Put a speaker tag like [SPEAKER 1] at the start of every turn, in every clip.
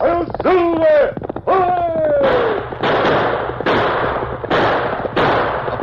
[SPEAKER 1] I'll do it! Hooray!
[SPEAKER 2] A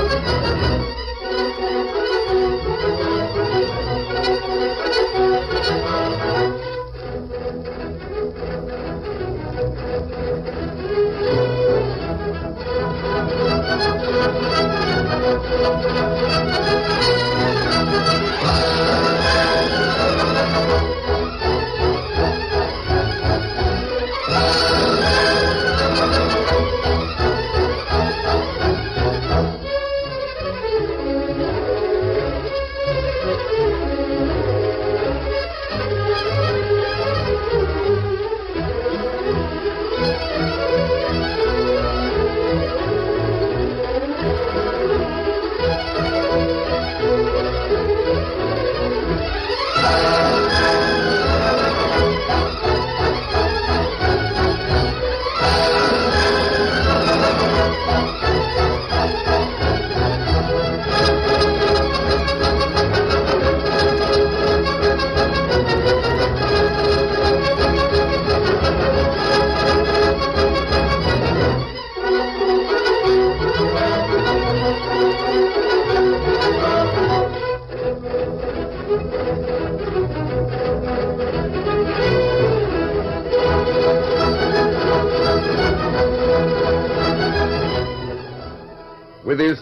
[SPEAKER 2] With his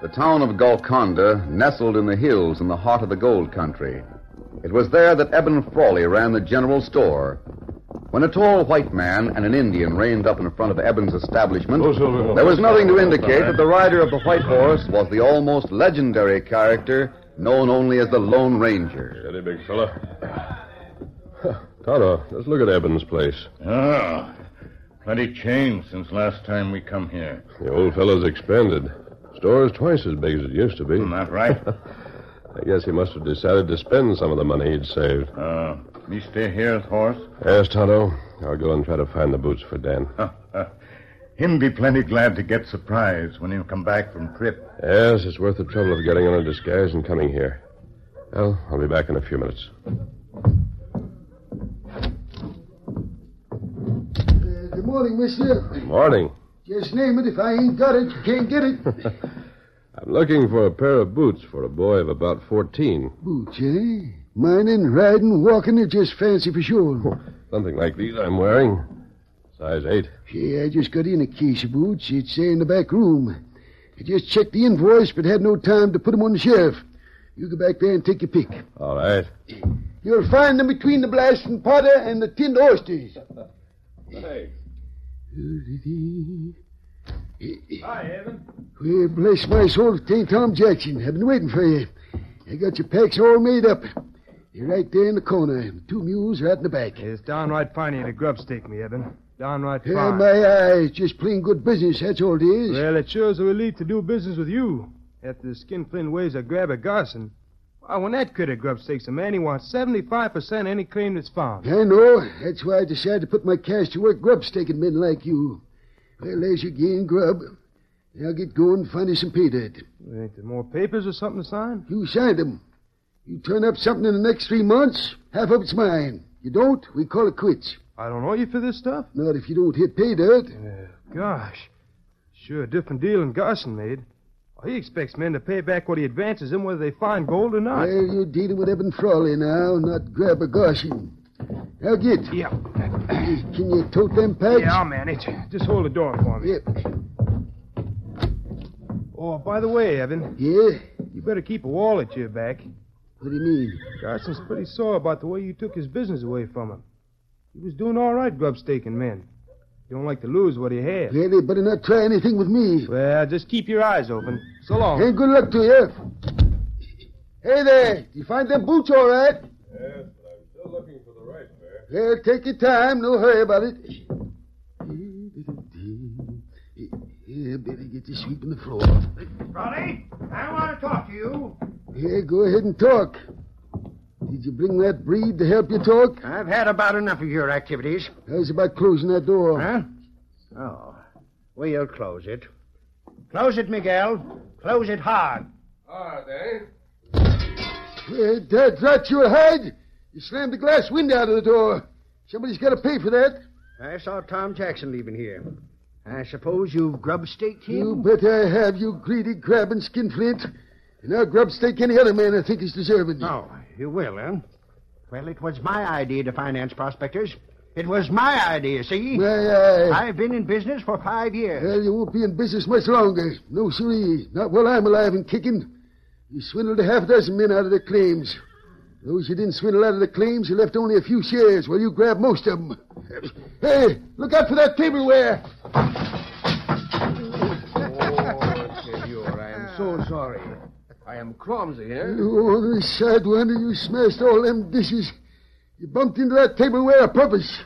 [SPEAKER 2] The town of Golconda nestled in the hills in the heart of the gold country. It was there that Eben Frawley ran the general store. When a tall white man and an Indian reined up in front of Eben's establishment,
[SPEAKER 1] Silver.
[SPEAKER 2] there was nothing to indicate that the rider of the white horse was the almost legendary character known only as the Lone Ranger.
[SPEAKER 3] Steady, big fella. Tonto, let's look at Eben's place.
[SPEAKER 4] Ah, plenty changed since last time we come here.
[SPEAKER 3] The old fellow's expanded. Store's twice as big as it used to be.
[SPEAKER 4] Isn't that right?
[SPEAKER 3] I guess he must have decided to spend some of the money he'd saved.
[SPEAKER 4] Uh, me stay here, horse?
[SPEAKER 3] Yes, Tonto. I'll go and try to find the boots for Dan.
[SPEAKER 4] Him be plenty glad to get surprise when he come back from trip.
[SPEAKER 3] Yes, it's worth the trouble of getting on a disguise and coming here. Well, I'll be back in a few minutes.
[SPEAKER 5] Good morning, mister.
[SPEAKER 3] Morning.
[SPEAKER 5] Just name it. If I ain't got it, you can't get it.
[SPEAKER 3] I'm looking for a pair of boots for a boy of about 14.
[SPEAKER 5] Boots, eh? Mining, riding, walking are just fancy for sure.
[SPEAKER 3] Something like these I'm wearing. Size 8.
[SPEAKER 5] Yeah, I just got in a case of boots. It's uh, in the back room. I just checked the invoice, but had no time to put 'em on the shelf. You go back there and take your pick.
[SPEAKER 4] Uh.
[SPEAKER 3] All right.
[SPEAKER 5] You'll find them between the blasting powder and the tinned oysters.
[SPEAKER 3] Thanks.
[SPEAKER 5] Hi, Evan. Well, bless my soul, it ain't Tom Jackson. I've been waiting for you. I got your packs all made up. They're right there in the corner. Two mules right in the back.
[SPEAKER 6] It's downright fine of you to grubstake me, Evan. Downright
[SPEAKER 5] Yeah,
[SPEAKER 6] fine.
[SPEAKER 5] my eye, it's just plain good business, that's all it is.
[SPEAKER 6] Well, it shows a relief to do business with you. After the skinflint ways of Grabber Garson. Why, when that critter grubstakes a man, he wants 75% any claim that's found.
[SPEAKER 5] I know, that's why I decided to put my cash to work grubstaking men like you. Well, there's your gain, grub. Now get going and find you some pay dirt.
[SPEAKER 6] Ain't there more papers or something to sign?
[SPEAKER 5] You signed 'em. You turn up something in the next three months, half of it's mine. You don't, we call it quits.
[SPEAKER 6] I don't owe you for this stuff.
[SPEAKER 5] Not if you don't hit pay dirt.
[SPEAKER 6] Gosh. Sure, a different deal than Garson made. Well, he expects men to pay back what he advances them, whether they find gold or not.
[SPEAKER 5] Well, you're dealing with Eben Frawley now, not Grabber Goshen. Now get.
[SPEAKER 6] Yeah.
[SPEAKER 5] Can you tote them packs?
[SPEAKER 6] Yeah, I'll manage. Just hold the door for me.
[SPEAKER 5] Yep.
[SPEAKER 6] Oh, by the way, Evan,
[SPEAKER 5] Yeah?
[SPEAKER 6] you better keep a wall at your back.
[SPEAKER 5] What do you mean?
[SPEAKER 6] Garson's pretty sore about the way you took his business away from him. He was doing all right grubstaking men. He don't like to lose what he had.
[SPEAKER 5] Well, they better not try anything with me.
[SPEAKER 6] Well, just keep your eyes open. So long.
[SPEAKER 5] And good luck to you. Hey there, did you find them boots all right?
[SPEAKER 3] Yes, but I'm still looking for the right pair.
[SPEAKER 5] Well, take your time. No hurry about it. Yeah, better get you sweeping the floor.
[SPEAKER 6] Ronnie, I want to talk to you.
[SPEAKER 5] Yeah, go ahead and talk. Did you bring that breed to help you talk?
[SPEAKER 7] I've had about enough of your activities.
[SPEAKER 5] How's about closing that door?
[SPEAKER 7] Huh? Oh. We'll close it. Close it, Miguel. Close it hard.
[SPEAKER 3] Are they?
[SPEAKER 5] Hey, Dad, drat your head! You slammed the glass window out of the door. Somebody's got to pay for that.
[SPEAKER 7] I saw Tom Jackson leaving here. I suppose you've grubstaked him?
[SPEAKER 5] You bet I have, you greedy crab and skinflint. And I'll grub stake any other man I think is deserving.
[SPEAKER 7] Oh, you will, huh? Well, it was my idea to finance prospectors. It was my idea, see?
[SPEAKER 5] Why, I...
[SPEAKER 7] I've been in business for five years.
[SPEAKER 5] Well, you won't be in business much longer. No, siree. Not while I'm alive and kicking. You swindled a half dozen men out of their claims. Those you didn't swindle out of the claims, you left only a few shares, while you grabbed most of them. Hey, look out for that tableware.
[SPEAKER 7] Senor, I am
[SPEAKER 3] Ah.
[SPEAKER 7] so sorry. I am clumsy here.
[SPEAKER 5] You sad one, and you smashed all them dishes. You bumped into that tableware on purpose.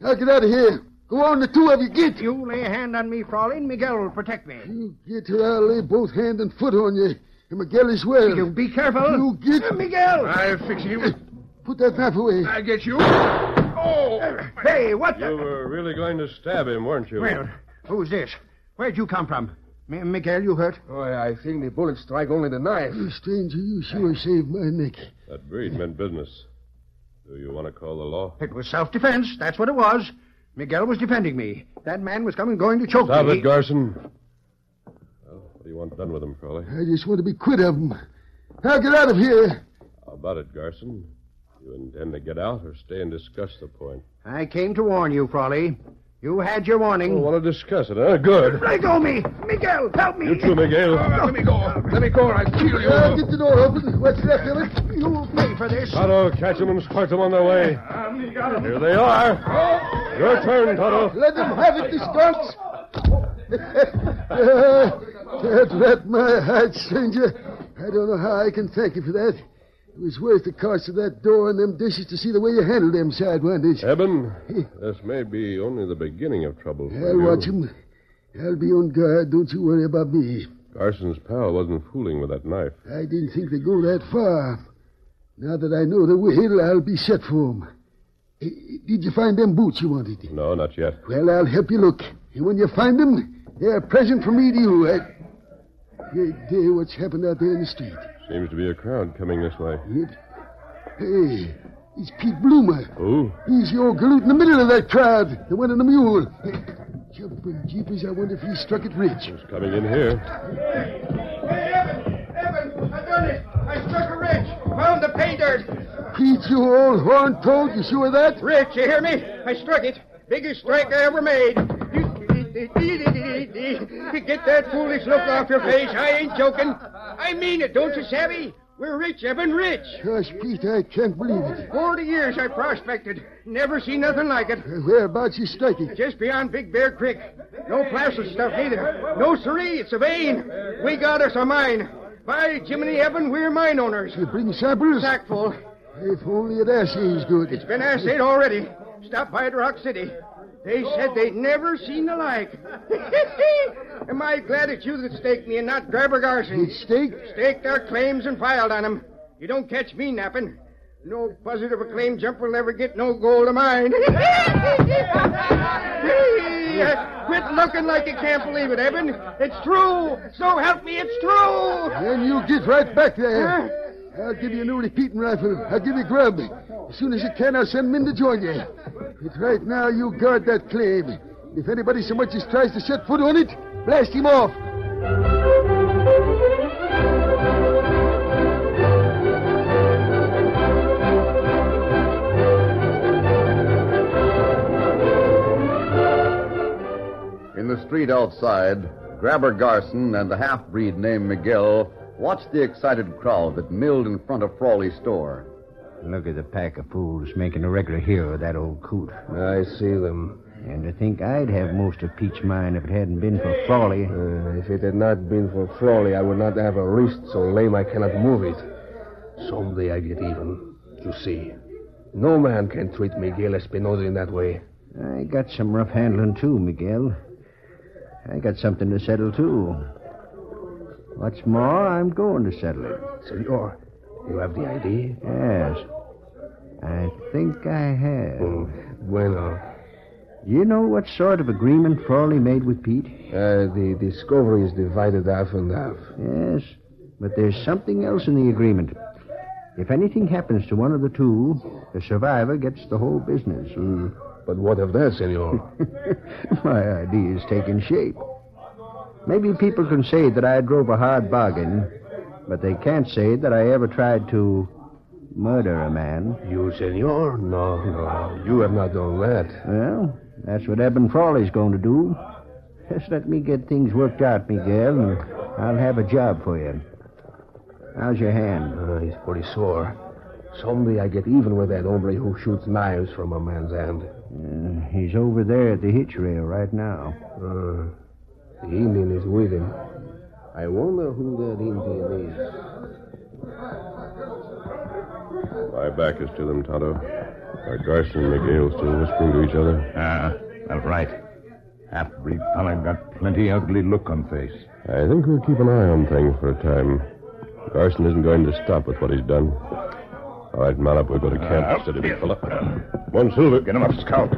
[SPEAKER 5] Now get out of here. Go on, the two of you, get.
[SPEAKER 7] You lay a hand on me, Fräulein. Miguel will protect me.
[SPEAKER 5] You get or I'll lay both hand and foot on you. And Miguel as well.
[SPEAKER 7] You be careful.
[SPEAKER 5] You get-
[SPEAKER 7] Miguel.
[SPEAKER 3] I'll fix you.
[SPEAKER 5] Put that knife away.
[SPEAKER 3] I'll get you. Oh!
[SPEAKER 7] Hey, what
[SPEAKER 3] You
[SPEAKER 7] the?
[SPEAKER 3] were really going to stab him, weren't you?
[SPEAKER 7] Well, who's this? Where'd you come from? M- Miguel, you hurt?
[SPEAKER 6] I think the bullets strike only the knife.
[SPEAKER 5] You stranger, you sure saved my neck.
[SPEAKER 3] That breed meant business. Do you want to call the law?
[SPEAKER 7] It was self-defense. That's what it was. Miguel was defending me. That man was coming going to choke
[SPEAKER 3] Stop
[SPEAKER 7] me.
[SPEAKER 3] it, Garson. Well, what do you want done with him, Crowley?
[SPEAKER 5] I just want to be quit of 'em. Now get out of here.
[SPEAKER 3] How about it, Garson? You intend to get out or stay and discuss the point?
[SPEAKER 7] I came to warn you, Frawley. You had your warning.
[SPEAKER 3] You want to discuss it, huh? Good.
[SPEAKER 7] Let go me! Miguel, help me!
[SPEAKER 3] You too, Miguel.
[SPEAKER 7] Let me go. Let me go, or I'll kill
[SPEAKER 5] Now Uh, get the door open. What's left of it?
[SPEAKER 7] You'll pay for this.
[SPEAKER 3] Toto, catch them and squirt them on their way. Here they are. Your turn, Toto.
[SPEAKER 5] Let them have it, the skunks. uh, that let my heart, stranger. I don't know how I can thank you for that. It was worth the cost of that door and them dishes to see the way you handled them sidewinders.
[SPEAKER 3] Eben, this may be only the beginning of trouble. for
[SPEAKER 5] I'll
[SPEAKER 3] you.
[SPEAKER 5] watch 'em. I'll be on guard. Don't you worry about me.
[SPEAKER 3] Garson's pal wasn't fooling with that knife.
[SPEAKER 5] I didn't think they'd go that far. Now that I know the will, I'll be set for 'em. Eh, Did you find them boots you wanted?
[SPEAKER 3] No, not yet.
[SPEAKER 5] Well, I'll help you look. And when you find them, they're a present from me to you. I... Great day, what's happened out there in the street.
[SPEAKER 3] Seems to be a crowd coming this way.
[SPEAKER 5] It... Hey, it's Pete Bloomer.
[SPEAKER 3] Who?
[SPEAKER 5] He's the old galoot in the middle of that crowd, the one in the mule. Hey, Jumping jeepers, I wonder if he struck it rich.
[SPEAKER 3] Who's coming in here?
[SPEAKER 7] Hey, Evan! Evan! I done it! I struck a rich! Found the pay dirt!
[SPEAKER 5] Pete, you old horn toad, you sure of that?
[SPEAKER 7] Rich, you hear me? I struck it. Biggest strike I ever made. Get that foolish look off your face. I ain't joking. I mean it, don't you, Savvy? We're rich, Evan, rich.
[SPEAKER 5] Gosh, Pete, I can't believe it.
[SPEAKER 7] Forty years I prospected. Never seen nothing like it.
[SPEAKER 5] Uh, Whereabouts you striking?
[SPEAKER 7] Just beyond Big Bear Creek. No plastic stuff either. No siree, it's a vein. We got us a mine. By Jiminy Evan, we're mine owners.
[SPEAKER 5] You bring samples?
[SPEAKER 7] Sackful.
[SPEAKER 5] If only it assays good.
[SPEAKER 7] It's been assayed already. Stop by at Rock City. They said they'd never seen the like. Am I glad it's you that staked me and not Grabber Garson?
[SPEAKER 5] It's steak?
[SPEAKER 7] Staked our claims and filed on 'em. You don't catch me napping. No buzzard of a claim jump will ever get no gold of mine. Quit looking like you can't believe it, Evan. It's true. So help me, it's true.
[SPEAKER 5] Then you get right back there.
[SPEAKER 7] Huh?
[SPEAKER 5] I'll give you a new repeating rifle. I'll give you grub. As soon as you can, I'll send men to join you. But right now, you guard that claim. If anybody so much as tries to set foot on it, blast him off.
[SPEAKER 2] In the street outside, Grabber Garson and the half breed named Miguel watched the excited crowd that milled in front of Frawley's store.
[SPEAKER 8] Look at the pack of fools making a regular hero of that old coot.
[SPEAKER 9] I see them.
[SPEAKER 8] And to think I'd have most of Peach mine if it hadn't been for Frawley.
[SPEAKER 9] Uh, if it had not been for Frawley, I would not have a wrist so lame I cannot move it. Someday I get even. You see. No man can treat Miguel Espinosa in that way.
[SPEAKER 8] I got some rough handling, too, Miguel. I got something to settle, too. What's more, I'm going to settle it.
[SPEAKER 9] Senor, you have the idea?
[SPEAKER 8] Yes. I think I have.
[SPEAKER 9] Oh, bueno.
[SPEAKER 8] You know what sort of agreement Frawley made with Pete?
[SPEAKER 9] Uh, the discovery is divided half and half.
[SPEAKER 8] Yes, but there's something else in the agreement. If anything happens to one of the two, the survivor gets the whole business.
[SPEAKER 9] Hmm. But what of that, senor?
[SPEAKER 8] My idea is taking shape. Maybe people can say that I drove a hard bargain, but they can't say that I ever tried to murder a man.
[SPEAKER 9] you, senor? No, no. You have not done that.
[SPEAKER 8] Well, that's what Eben Frawley's going to do. Just let me get things worked out, Miguel, and I'll have a job for you. How's your hand?
[SPEAKER 9] Uh, he's pretty sore. Someday I get even with that hombre who shoots knives from a man's hand.
[SPEAKER 8] Uh, he's over there at the hitch rail right now.
[SPEAKER 9] Uh, the Indian is with him. I wonder who that Indian is.
[SPEAKER 3] My back is to them, Tonto. Uh, Garson and Miguel still whispering to each other.
[SPEAKER 4] Ah, all right. Half-breed fella got plenty ugly look on face.
[SPEAKER 3] I think we'll keep an eye on things for a time. Garson isn't going to stop with what he's done. All right, man up. We'll go to camp.
[SPEAKER 4] up
[SPEAKER 3] Steady,
[SPEAKER 4] here.
[SPEAKER 3] big fella. One silver.
[SPEAKER 4] Uh, Get him up, Scout.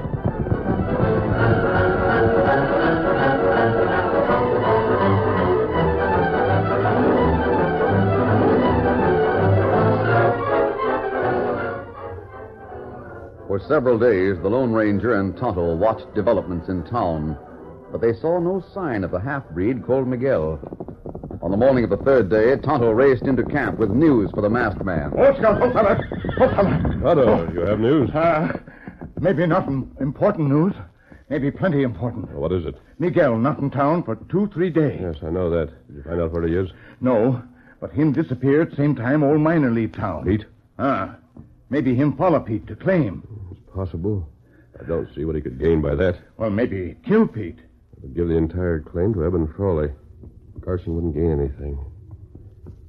[SPEAKER 2] For several days, the Lone Ranger and Tonto watched developments in town, but they saw no sign of the half breed called Miguel. On the morning of the third day, Tonto raced into camp with news for the masked man.
[SPEAKER 4] Oh, Scout, oh, fella. Oh, fella.
[SPEAKER 3] Tonto, you have news.
[SPEAKER 4] Uh, maybe not im- important news. Maybe plenty important.
[SPEAKER 3] What is it?
[SPEAKER 4] Miguel not in town for two, three days.
[SPEAKER 3] Yes, I know that. Did you find out where he is?
[SPEAKER 4] No, but him disappeared same time old miner leave town.
[SPEAKER 3] Pete?
[SPEAKER 4] Ah, maybe him follow Pete to claim.
[SPEAKER 3] It's possible. I don't see what he could gain by that.
[SPEAKER 4] Well, maybe kill Pete.
[SPEAKER 3] It'd give the entire claim to Eben Frawley. Carson wouldn't gain anything.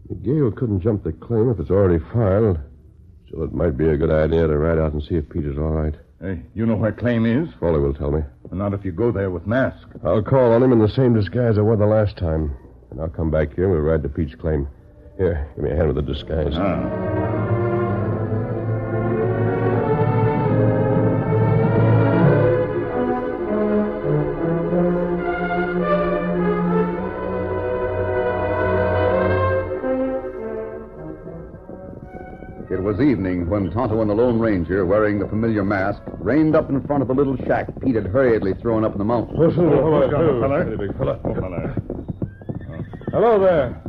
[SPEAKER 3] Miguel couldn't jump the claim if it's already filed. Still, it might be a good idea to ride out and see if Pete is all right.
[SPEAKER 4] Uh, you know where claim is?
[SPEAKER 3] Frawley will tell me.
[SPEAKER 4] Not if you go there with mask.
[SPEAKER 3] I'll call on him in the same disguise I wore the last time. And I'll come back here and we'll ride to Pete's claim. Here, give me a hand with the disguise.
[SPEAKER 4] Ah.
[SPEAKER 2] It was evening when Tonto and the Lone Ranger, wearing the familiar mask, reined up in front of the little shack Pete had hurriedly thrown up in the mountain.
[SPEAKER 3] Hello,
[SPEAKER 4] Hello, fella.
[SPEAKER 3] Hey, big fella.
[SPEAKER 4] Oh, fella.
[SPEAKER 3] Hello there.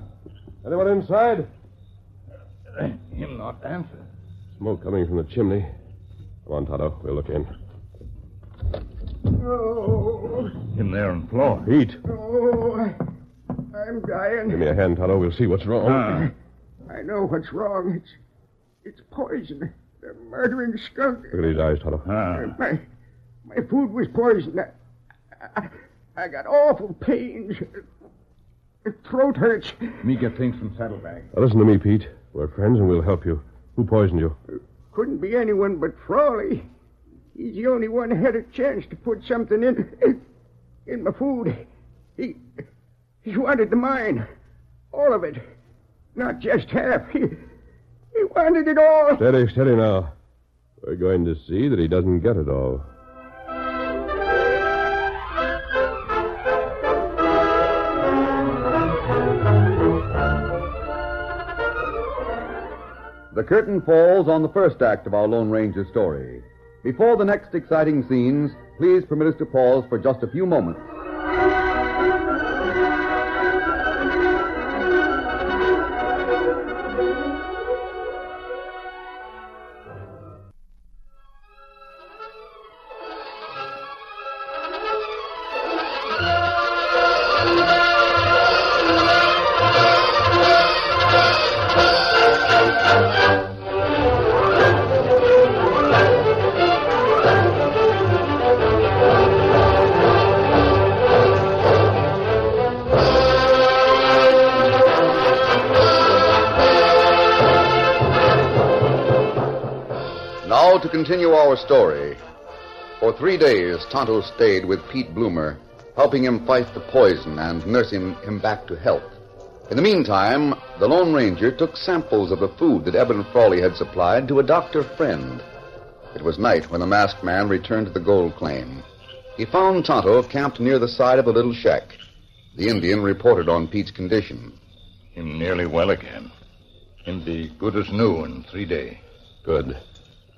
[SPEAKER 3] Anyone inside?
[SPEAKER 4] Uh, Him not answer.
[SPEAKER 3] Smoke coming from the chimney. Come on, Tonto. We'll look in.
[SPEAKER 4] Him there on floor.
[SPEAKER 3] Pete,
[SPEAKER 7] Oh, I- I'm
[SPEAKER 3] give
[SPEAKER 7] dying.
[SPEAKER 3] me a hand, Tonto. We'll see what's wrong.
[SPEAKER 4] Ah.
[SPEAKER 7] I know what's wrong. It's it's poison. The murdering skunk.
[SPEAKER 3] Look at his eyes, Tonto.
[SPEAKER 4] Ah.
[SPEAKER 7] My my food was poisoned. I, I, I got awful pains. Throat hurts.
[SPEAKER 4] Me get things from saddlebag.
[SPEAKER 3] Now, listen to me, Pete. We're friends and we'll help you. Who poisoned you?
[SPEAKER 7] Couldn't be anyone but Frawley. He's the only one who had a chance to put something in in my food. He he wanted the mine, all of it, not just half. He he wanted it all.
[SPEAKER 3] Steady, steady now. We're going to see that he doesn't get it all.
[SPEAKER 2] The curtain falls on the first act of our Lone Ranger story. Before the next exciting scenes, please permit us to pause for just a few moments. Now to continue our story. For three days, Tonto stayed with Pete Bloomer, helping him fight the poison and nursing him back to health. In the meantime, the Lone Ranger took samples of the food that Eben Frawley had supplied to a doctor friend. It was night when the masked man returned to the gold claim. He found Tonto camped near the side of a little shack. The Indian reported on Pete's condition.
[SPEAKER 4] Him nearly well again. Him be good as new in three days.
[SPEAKER 3] Good.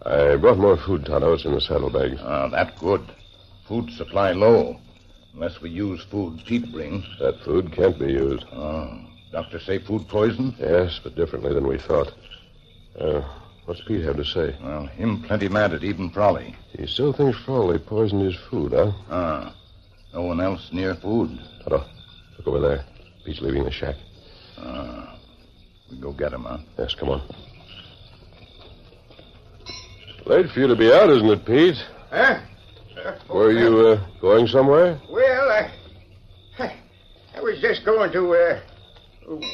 [SPEAKER 3] I brought more food, Tonto. It's in the saddlebags.
[SPEAKER 4] Ah, that good. Food supply low. Unless we use food Pete brings.
[SPEAKER 3] That food can't be used.
[SPEAKER 4] Oh. Doctor say food poison?
[SPEAKER 3] Yes, but differently than we thought. Uh, what's Pete have to say?
[SPEAKER 4] Well, him plenty mad at even Prolly.
[SPEAKER 3] He still thinks Frawley poisoned his food, huh?
[SPEAKER 4] Ah. No one else near food.
[SPEAKER 3] Tonto, look over there. Pete's leaving the shack.
[SPEAKER 4] Ah. We go get him, huh?
[SPEAKER 3] Yes, come on. Late for you to be out, isn't it, Pete?
[SPEAKER 7] Huh?
[SPEAKER 3] Were you uh, going somewhere?
[SPEAKER 7] Well, I, I was just going to uh,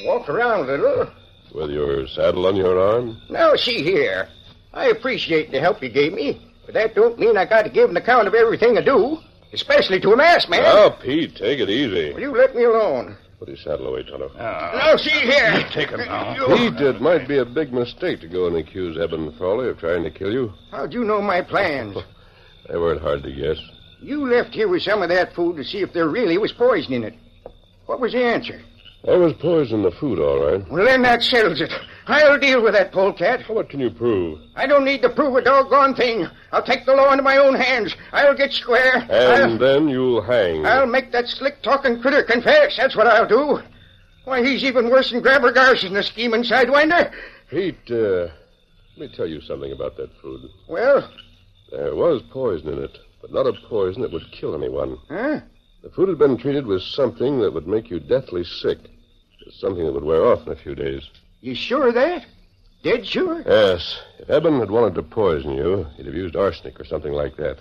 [SPEAKER 7] walk around a little.
[SPEAKER 3] With your saddle on your arm?
[SPEAKER 7] Now, see here. I appreciate the help you gave me, but that don't mean I got to give an account of everything I do, especially to a masked man.
[SPEAKER 3] Now, Ah, Pete, take it easy.
[SPEAKER 7] Will you let me alone?
[SPEAKER 3] Put his saddle away, Tonto.
[SPEAKER 7] Now, see here.
[SPEAKER 4] Ah, Take him now.
[SPEAKER 3] Pete, it might be a big mistake to go and accuse Eben Frawley of trying to kill you. Oh,
[SPEAKER 7] How'd you know my plans?
[SPEAKER 3] They weren't hard to guess.
[SPEAKER 7] You left here with some of that food to see if there really was poison in it. What was the answer?
[SPEAKER 3] There was poison in the food, all right.
[SPEAKER 7] Well, then that settles it. I'll deal with that polecat.
[SPEAKER 3] Well, what can you prove?
[SPEAKER 7] I don't need to prove a doggone thing. I'll take the law into my own hands. I'll get square.
[SPEAKER 3] And then you'll hang.
[SPEAKER 7] I'll, I'll make that slick talking critter confess. That's what I'll do. Why, he's even worse than Grabber Garson, the scheming sidewinder.
[SPEAKER 3] Pete, uh, let me tell you something about that food.
[SPEAKER 7] Well,
[SPEAKER 3] There was poison in it, but not a poison that would kill anyone.
[SPEAKER 7] huh?
[SPEAKER 3] The food had been treated with something that would make you deathly sick. Something that would wear off in a few days.
[SPEAKER 7] You sure of that? Dead sure?
[SPEAKER 3] Yes. If Eben had wanted to poison you, he'd have used arsenic or something like that.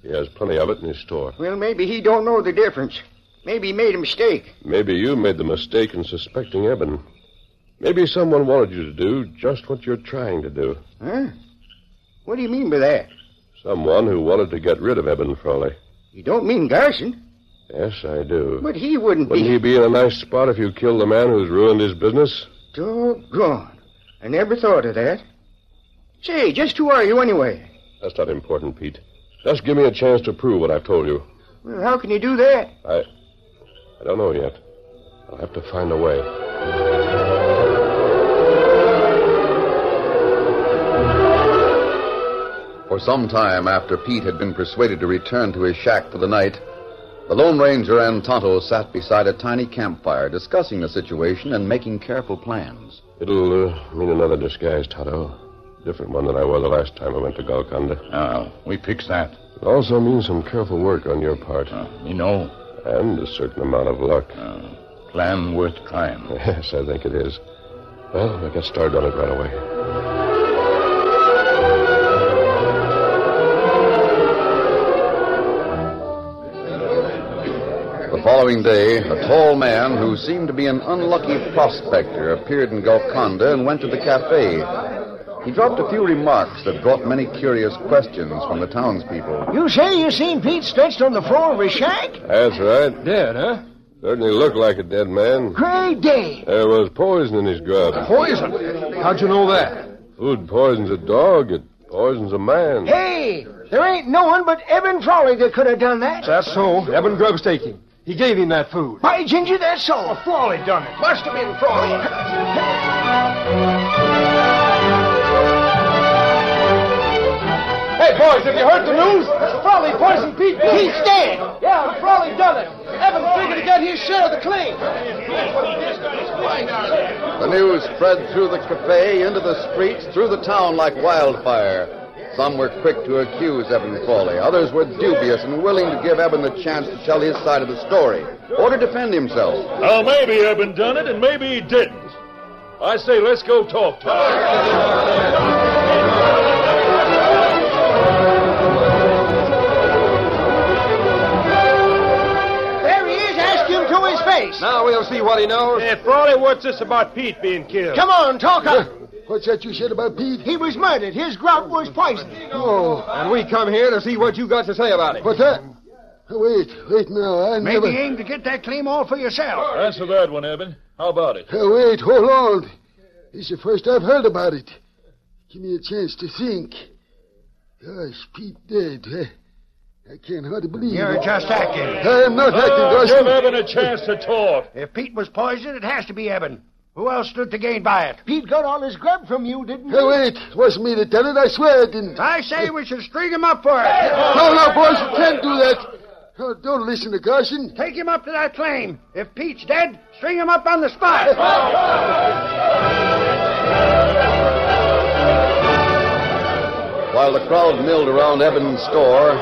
[SPEAKER 3] He has plenty of it in his store.
[SPEAKER 7] Well, maybe he don't know the difference. Maybe he made a mistake.
[SPEAKER 3] Maybe you made the mistake in suspecting Eben. Maybe someone wanted you to do just what you're trying to do.
[SPEAKER 7] Huh? What do you mean by that?
[SPEAKER 3] Someone who wanted to get rid of Eben Frawley.
[SPEAKER 7] You don't mean Garson?
[SPEAKER 3] Yes, I do.
[SPEAKER 7] But he wouldn't
[SPEAKER 3] Wouldn't
[SPEAKER 7] be.
[SPEAKER 3] he be in a nice spot if you killed the man who's ruined his business?
[SPEAKER 7] Doggone. I never thought of that. Say, just who are you anyway?
[SPEAKER 3] That's not important, Pete. Just give me a chance to prove what I've told you.
[SPEAKER 7] Well, how can you do that?
[SPEAKER 3] I. I don't know yet. I'll have to find a way.
[SPEAKER 2] For some time after Pete had been persuaded to return to his shack for the night, the Lone Ranger and Tonto sat beside a tiny campfire discussing the situation and making careful plans.
[SPEAKER 3] It'll uh, mean another disguise, Tonto. Different one than I wore the last time I went to Golconda.
[SPEAKER 4] Now, Ah, we fix that.
[SPEAKER 3] It also means some careful work on your part.
[SPEAKER 4] You know, Ah,
[SPEAKER 3] And a certain amount of luck.
[SPEAKER 4] plan worth trying.
[SPEAKER 3] Yes, I think it is. Well, we'll get started on it right away.
[SPEAKER 2] The following day, a tall man who seemed to be an unlucky prospector appeared in Golconda and went to the cafe. He dropped a few remarks that brought many curious questions from the townspeople.
[SPEAKER 7] You say you seen Pete stretched on the floor of his shack?
[SPEAKER 3] That's right.
[SPEAKER 9] Dead, huh?
[SPEAKER 3] Certainly looked like a dead man.
[SPEAKER 7] Great day.
[SPEAKER 3] There was poison in his grub.
[SPEAKER 9] Poison? How'd you know that?
[SPEAKER 3] Food poisons a dog, it poisons a man.
[SPEAKER 7] Hey, there ain't no one but Evan Frawley that could have done that.
[SPEAKER 9] That's so. Eben Grubb's taking. He gave him that food.
[SPEAKER 7] By ginger, that's
[SPEAKER 10] Oh,
[SPEAKER 7] so. Frawley done it. Must have been Frawley.
[SPEAKER 10] Boys, have you heard the news? Frawley poisoned Pete. Pete's dead. Yeah, Frawley done it. Evan figured to get his share of the claim.
[SPEAKER 2] The news spread through the cafe, into the streets, through the town like wildfire. Some were quick to accuse Evan Frawley. Others were dubious and willing to give Evan the chance to tell his side of the story or to defend himself.
[SPEAKER 11] Now, maybe Eben done it, and maybe he didn't. I say, let's go talk to him.
[SPEAKER 10] There he is. Ask him to his face.
[SPEAKER 12] Now we'll see what he knows. Hey, Frawley, what's this about Pete being killed?
[SPEAKER 10] Come on, talk up.
[SPEAKER 12] What's that you said about Pete?
[SPEAKER 10] He was murdered. His grub was poisoned.
[SPEAKER 12] Oh. And we come here to see what you got to say about it.
[SPEAKER 5] What's that? Wait, wait now. I
[SPEAKER 10] Maybe
[SPEAKER 5] never...
[SPEAKER 10] aim to get that claim all for yourself.
[SPEAKER 11] Answer that one, Eben. How about it?
[SPEAKER 5] Uh, wait, hold on. This is the first I've heard about it. Give me a chance to think. Gosh, Pete dead. Uh, I can't hardly believe
[SPEAKER 10] You're
[SPEAKER 5] it.
[SPEAKER 10] just acting.
[SPEAKER 5] Mm. I am not acting,
[SPEAKER 11] Oh,
[SPEAKER 5] Dawson.
[SPEAKER 11] give Eben a chance to talk.
[SPEAKER 10] If Pete was poisoned, it has to be Evan. Who else stood to gain by it? Pete got all his grub from you, didn't he?
[SPEAKER 5] Hey, wait. Oh, It wasn't me that done it. I swear I didn't.
[SPEAKER 10] I say we should string him up for it.
[SPEAKER 5] No, no, boys, you can't do that. Oh, don't listen to Carson.
[SPEAKER 10] Take him up to that claim. If Pete's dead, string him up on the spot.
[SPEAKER 2] While the crowd milled around Evan's store,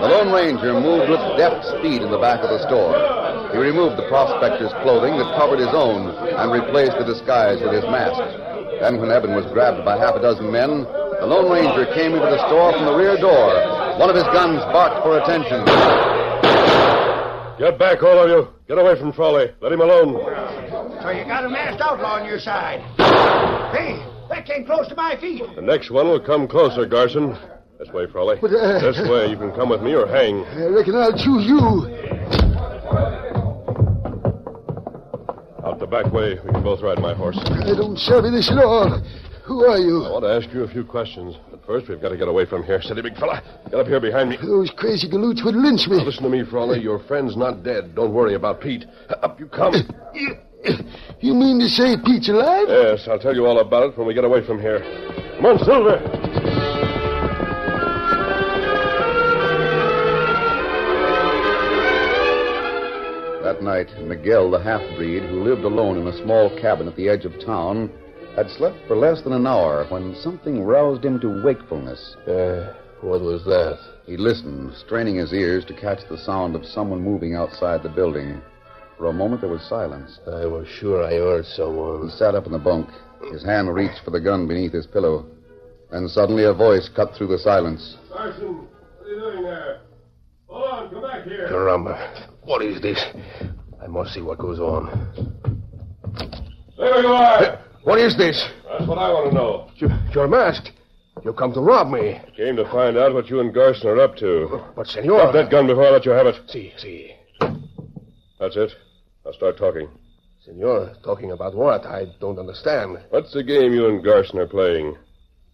[SPEAKER 2] the Lone Ranger moved with deft speed in the back of the store. He removed the prospector's clothing that covered his own and replaced the disguise with his mask. Then, when Evan was grabbed by half a dozen men, the Lone Ranger came into the store from the rear door. One of his guns barked for attention.
[SPEAKER 3] Get back, all of you. Get away from Frawley. Let him alone.
[SPEAKER 10] so you got a masked outlaw on your side. Hey, that came close to my feet.
[SPEAKER 3] The next one will come closer, Garson. This way, Frawley.
[SPEAKER 5] But, uh,
[SPEAKER 3] this way. You can come with me or hang.
[SPEAKER 5] I reckon I'll choose you.
[SPEAKER 3] Out the back way. We can both ride my horse.
[SPEAKER 5] I don't savvy this at all. Who are you?
[SPEAKER 3] I want to ask you a few questions. But first, we've got to get away from here. Steady, big fella. Get up here behind me.
[SPEAKER 5] Those crazy galoots would lynch me.
[SPEAKER 3] Listen to me, Frawley. Your friend's not dead. Don't worry about Pete. Up you come.
[SPEAKER 5] You mean to say Pete's alive?
[SPEAKER 3] yes, I'll tell you all about it when we get away from here. Come on, Silver.
[SPEAKER 2] That night, Miguel, the half breed, who lived alone in a small cabin at the edge of town, had slept for less than an hour when something roused him to wakefulness.
[SPEAKER 9] Uh, What was that?
[SPEAKER 2] He listened, straining his ears to catch the sound of someone moving outside the building. For a moment, there was silence.
[SPEAKER 9] I was sure I heard someone.
[SPEAKER 2] He sat up in the bunk. His hand reached for the gun beneath his pillow. Then suddenly a voice cut through the silence.
[SPEAKER 12] Carson, what are you doing there? Hold on, come back here.
[SPEAKER 9] Caramba. What is this? I must see what goes on.
[SPEAKER 12] There you are.
[SPEAKER 9] What is this?
[SPEAKER 3] That's what I want to know.
[SPEAKER 9] You, you're masked. You come to rob me.
[SPEAKER 3] I came to find out what you and Garson are up to.
[SPEAKER 9] But,
[SPEAKER 3] Drop
[SPEAKER 9] senor.
[SPEAKER 3] that gun before I let you have it.
[SPEAKER 9] See, see.
[SPEAKER 3] That's it. Now start talking.
[SPEAKER 9] Senor, talking about what? I don't understand.
[SPEAKER 3] What's the game you and Garson are playing?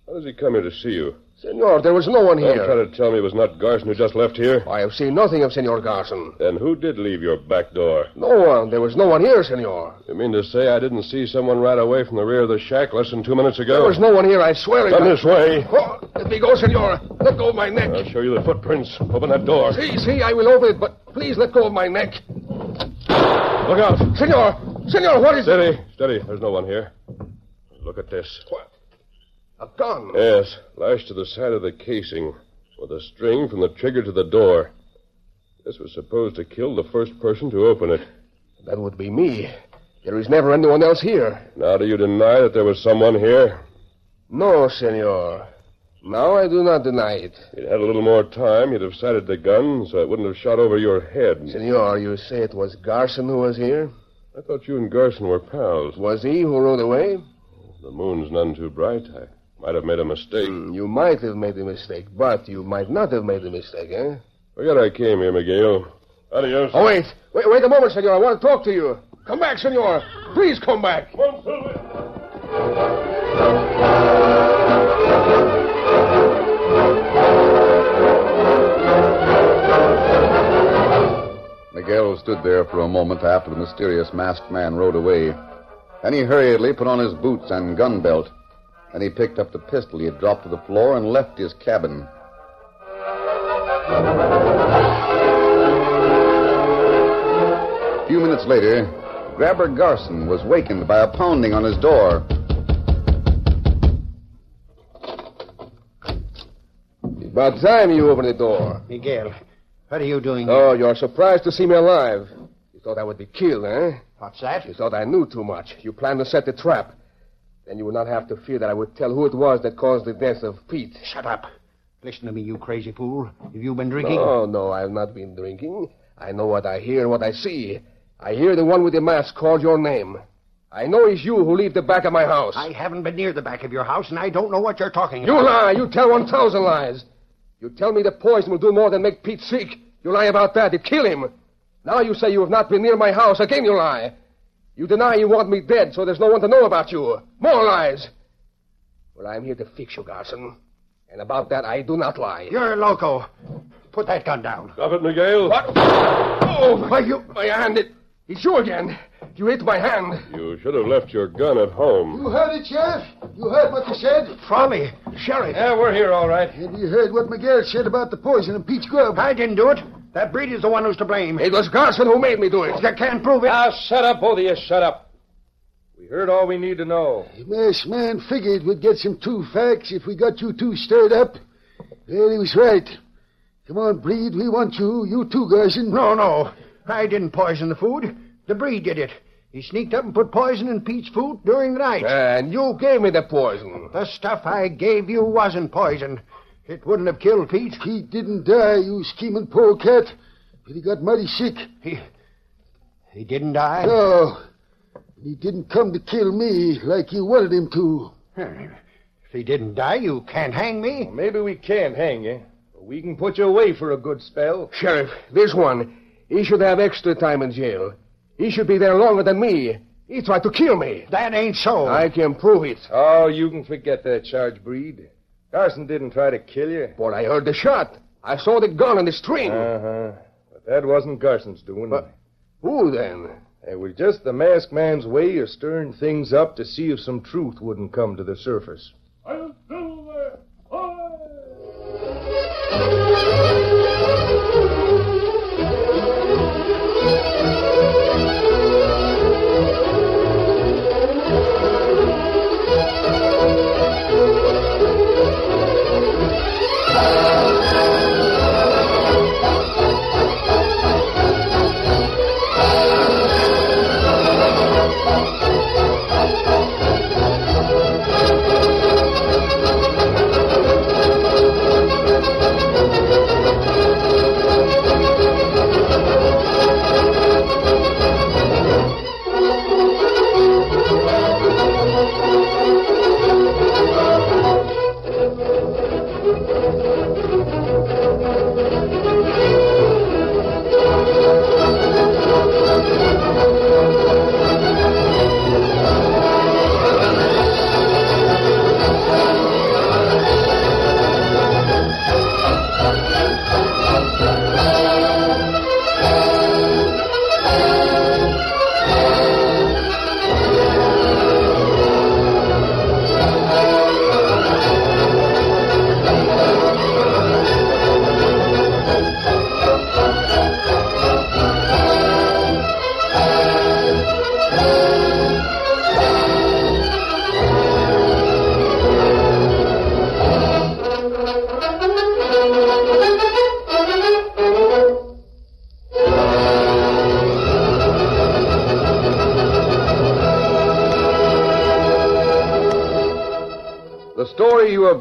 [SPEAKER 3] How does he come here to see you?
[SPEAKER 9] Senor, there was no one
[SPEAKER 3] Don't try
[SPEAKER 9] here.
[SPEAKER 3] to tell me it was not Garson who just left here.
[SPEAKER 9] I have seen nothing of Senor Garson.
[SPEAKER 3] Then who did leave your back door?
[SPEAKER 9] No one. There was no one here, senor.
[SPEAKER 3] You mean to say I didn't see someone ride away from the rear of the shack less than two minutes ago?
[SPEAKER 9] There was no one here, I swear it.
[SPEAKER 3] Come this way.
[SPEAKER 9] Oh, let me go, senor. Let go of my neck.
[SPEAKER 3] I'll show you the footprints. Open that door.
[SPEAKER 9] See, see, I will open it, but please let go of my neck.
[SPEAKER 3] Look out.
[SPEAKER 9] Senor, senor, what is it?
[SPEAKER 3] Steady, steady. There's no one here. Look at this.
[SPEAKER 9] What? A gun.
[SPEAKER 3] Yes, lashed to the side of the casing, with a string from the trigger to the door. This was supposed to kill the first person to open it.
[SPEAKER 9] That would be me. There is never anyone else here.
[SPEAKER 3] Now, do you deny that there was someone here?
[SPEAKER 9] No, senor. Now I do not deny it.
[SPEAKER 3] If you'd had a little more time, you'd have sighted the gun, so it wouldn't have shot over your head.
[SPEAKER 9] Senor, you say it was Garson who was here?
[SPEAKER 3] I thought you and Garson were pals.
[SPEAKER 9] Was he who rode away?
[SPEAKER 3] The moon's none too bright. I might have made a mistake.
[SPEAKER 9] Hmm, You might have made a mistake, but you might not have made a mistake, eh?
[SPEAKER 3] Forget I came here, Miguel. Adios.
[SPEAKER 9] Oh, wait. Wait, wait a moment, senor. I want to talk to you. Come back, senor. Please come back.
[SPEAKER 2] Miguel stood there for a moment after the mysterious masked man rode away. Then he hurriedly put on his boots and gun belt. Then he picked up the pistol he had dropped to the floor and left his cabin. A few minutes later, Grabber Garson was wakened by a pounding on his door.
[SPEAKER 9] About time you opened the door.
[SPEAKER 10] Miguel, what are you doing here?
[SPEAKER 9] Oh, you're surprised to see me alive. You thought I would be killed, eh?
[SPEAKER 10] What's that?
[SPEAKER 9] You thought I knew too much. You planned to set the trap. Then you would not have to fear that I would tell who it was that caused the death of Pete.
[SPEAKER 10] Shut up. Listen to me, you crazy fool. Have you been drinking?
[SPEAKER 9] No, no, I've not been drinking. I know what I hear and what I see. I hear the one with the mask called your name. I know it's you who leave the back of my house.
[SPEAKER 10] I haven't been near the back of your house, and I don't know what you're talking
[SPEAKER 9] You
[SPEAKER 10] about.
[SPEAKER 9] lie. You tell 1,000 lies. You tell me the poison will do more than make Pete sick. You lie about that. You kill him. Now you say you have not been near my house. Again you lie. You deny you want me dead, so there's no one to know about you. More lies. Well, I'm here to fix you, Garson. And about that, I do not lie.
[SPEAKER 10] You're a loco. Put that gun down.
[SPEAKER 9] Stop it, Miguel. What? Oh, my, you, my hand. It, it's you again. You hit my hand.
[SPEAKER 3] You should have left your gun at home.
[SPEAKER 5] You heard it, Sheriff? You heard what they said?
[SPEAKER 10] Frawley, Sheriff.
[SPEAKER 5] Yeah, we're here, all right. And you heard what Miguel said about the poison and peach grub.
[SPEAKER 10] I didn't do it. That breed is the one who's to blame.
[SPEAKER 9] It was Garson who made me do it. Ah,
[SPEAKER 10] You can't prove it.
[SPEAKER 13] Now, shut up, both of you. Shut up. We heard all we need to know.
[SPEAKER 5] Masked man figured we'd get some true facts if we got you two stirred up. Well, he was right. Come on, Breed, we want you. You too, Gerson.
[SPEAKER 10] No, no. I didn't poison the food. The breed did it. He sneaked up and put poison in Pete's food during the night.
[SPEAKER 9] And you gave me the poison.
[SPEAKER 10] The stuff I gave you wasn't poison. It wouldn't have killed Pete.
[SPEAKER 5] He didn't die, you scheming poor cat. But he got mighty sick.
[SPEAKER 10] He. He didn't die?
[SPEAKER 5] No. He didn't come to kill me like you wanted him to.
[SPEAKER 10] If he didn't die, you can't hang me.
[SPEAKER 13] Well, maybe we can hang you. But we can put you away for a good spell.
[SPEAKER 9] Sheriff, this one, he should have extra time in jail. He should be there longer than me. He tried to kill me.
[SPEAKER 10] That ain't so.
[SPEAKER 9] I can prove it.
[SPEAKER 13] Oh, you can forget that charge, Breed. Carson didn't try to kill you.
[SPEAKER 9] But I heard the shot. I saw the gun on the string.
[SPEAKER 13] Uh-huh. But that wasn't Carson's doing.
[SPEAKER 9] But who then?
[SPEAKER 13] It was just the masked man's way of stirring things up to see if some truth wouldn't come to the surface.
[SPEAKER 14] I'll Silver!
[SPEAKER 2] The story you have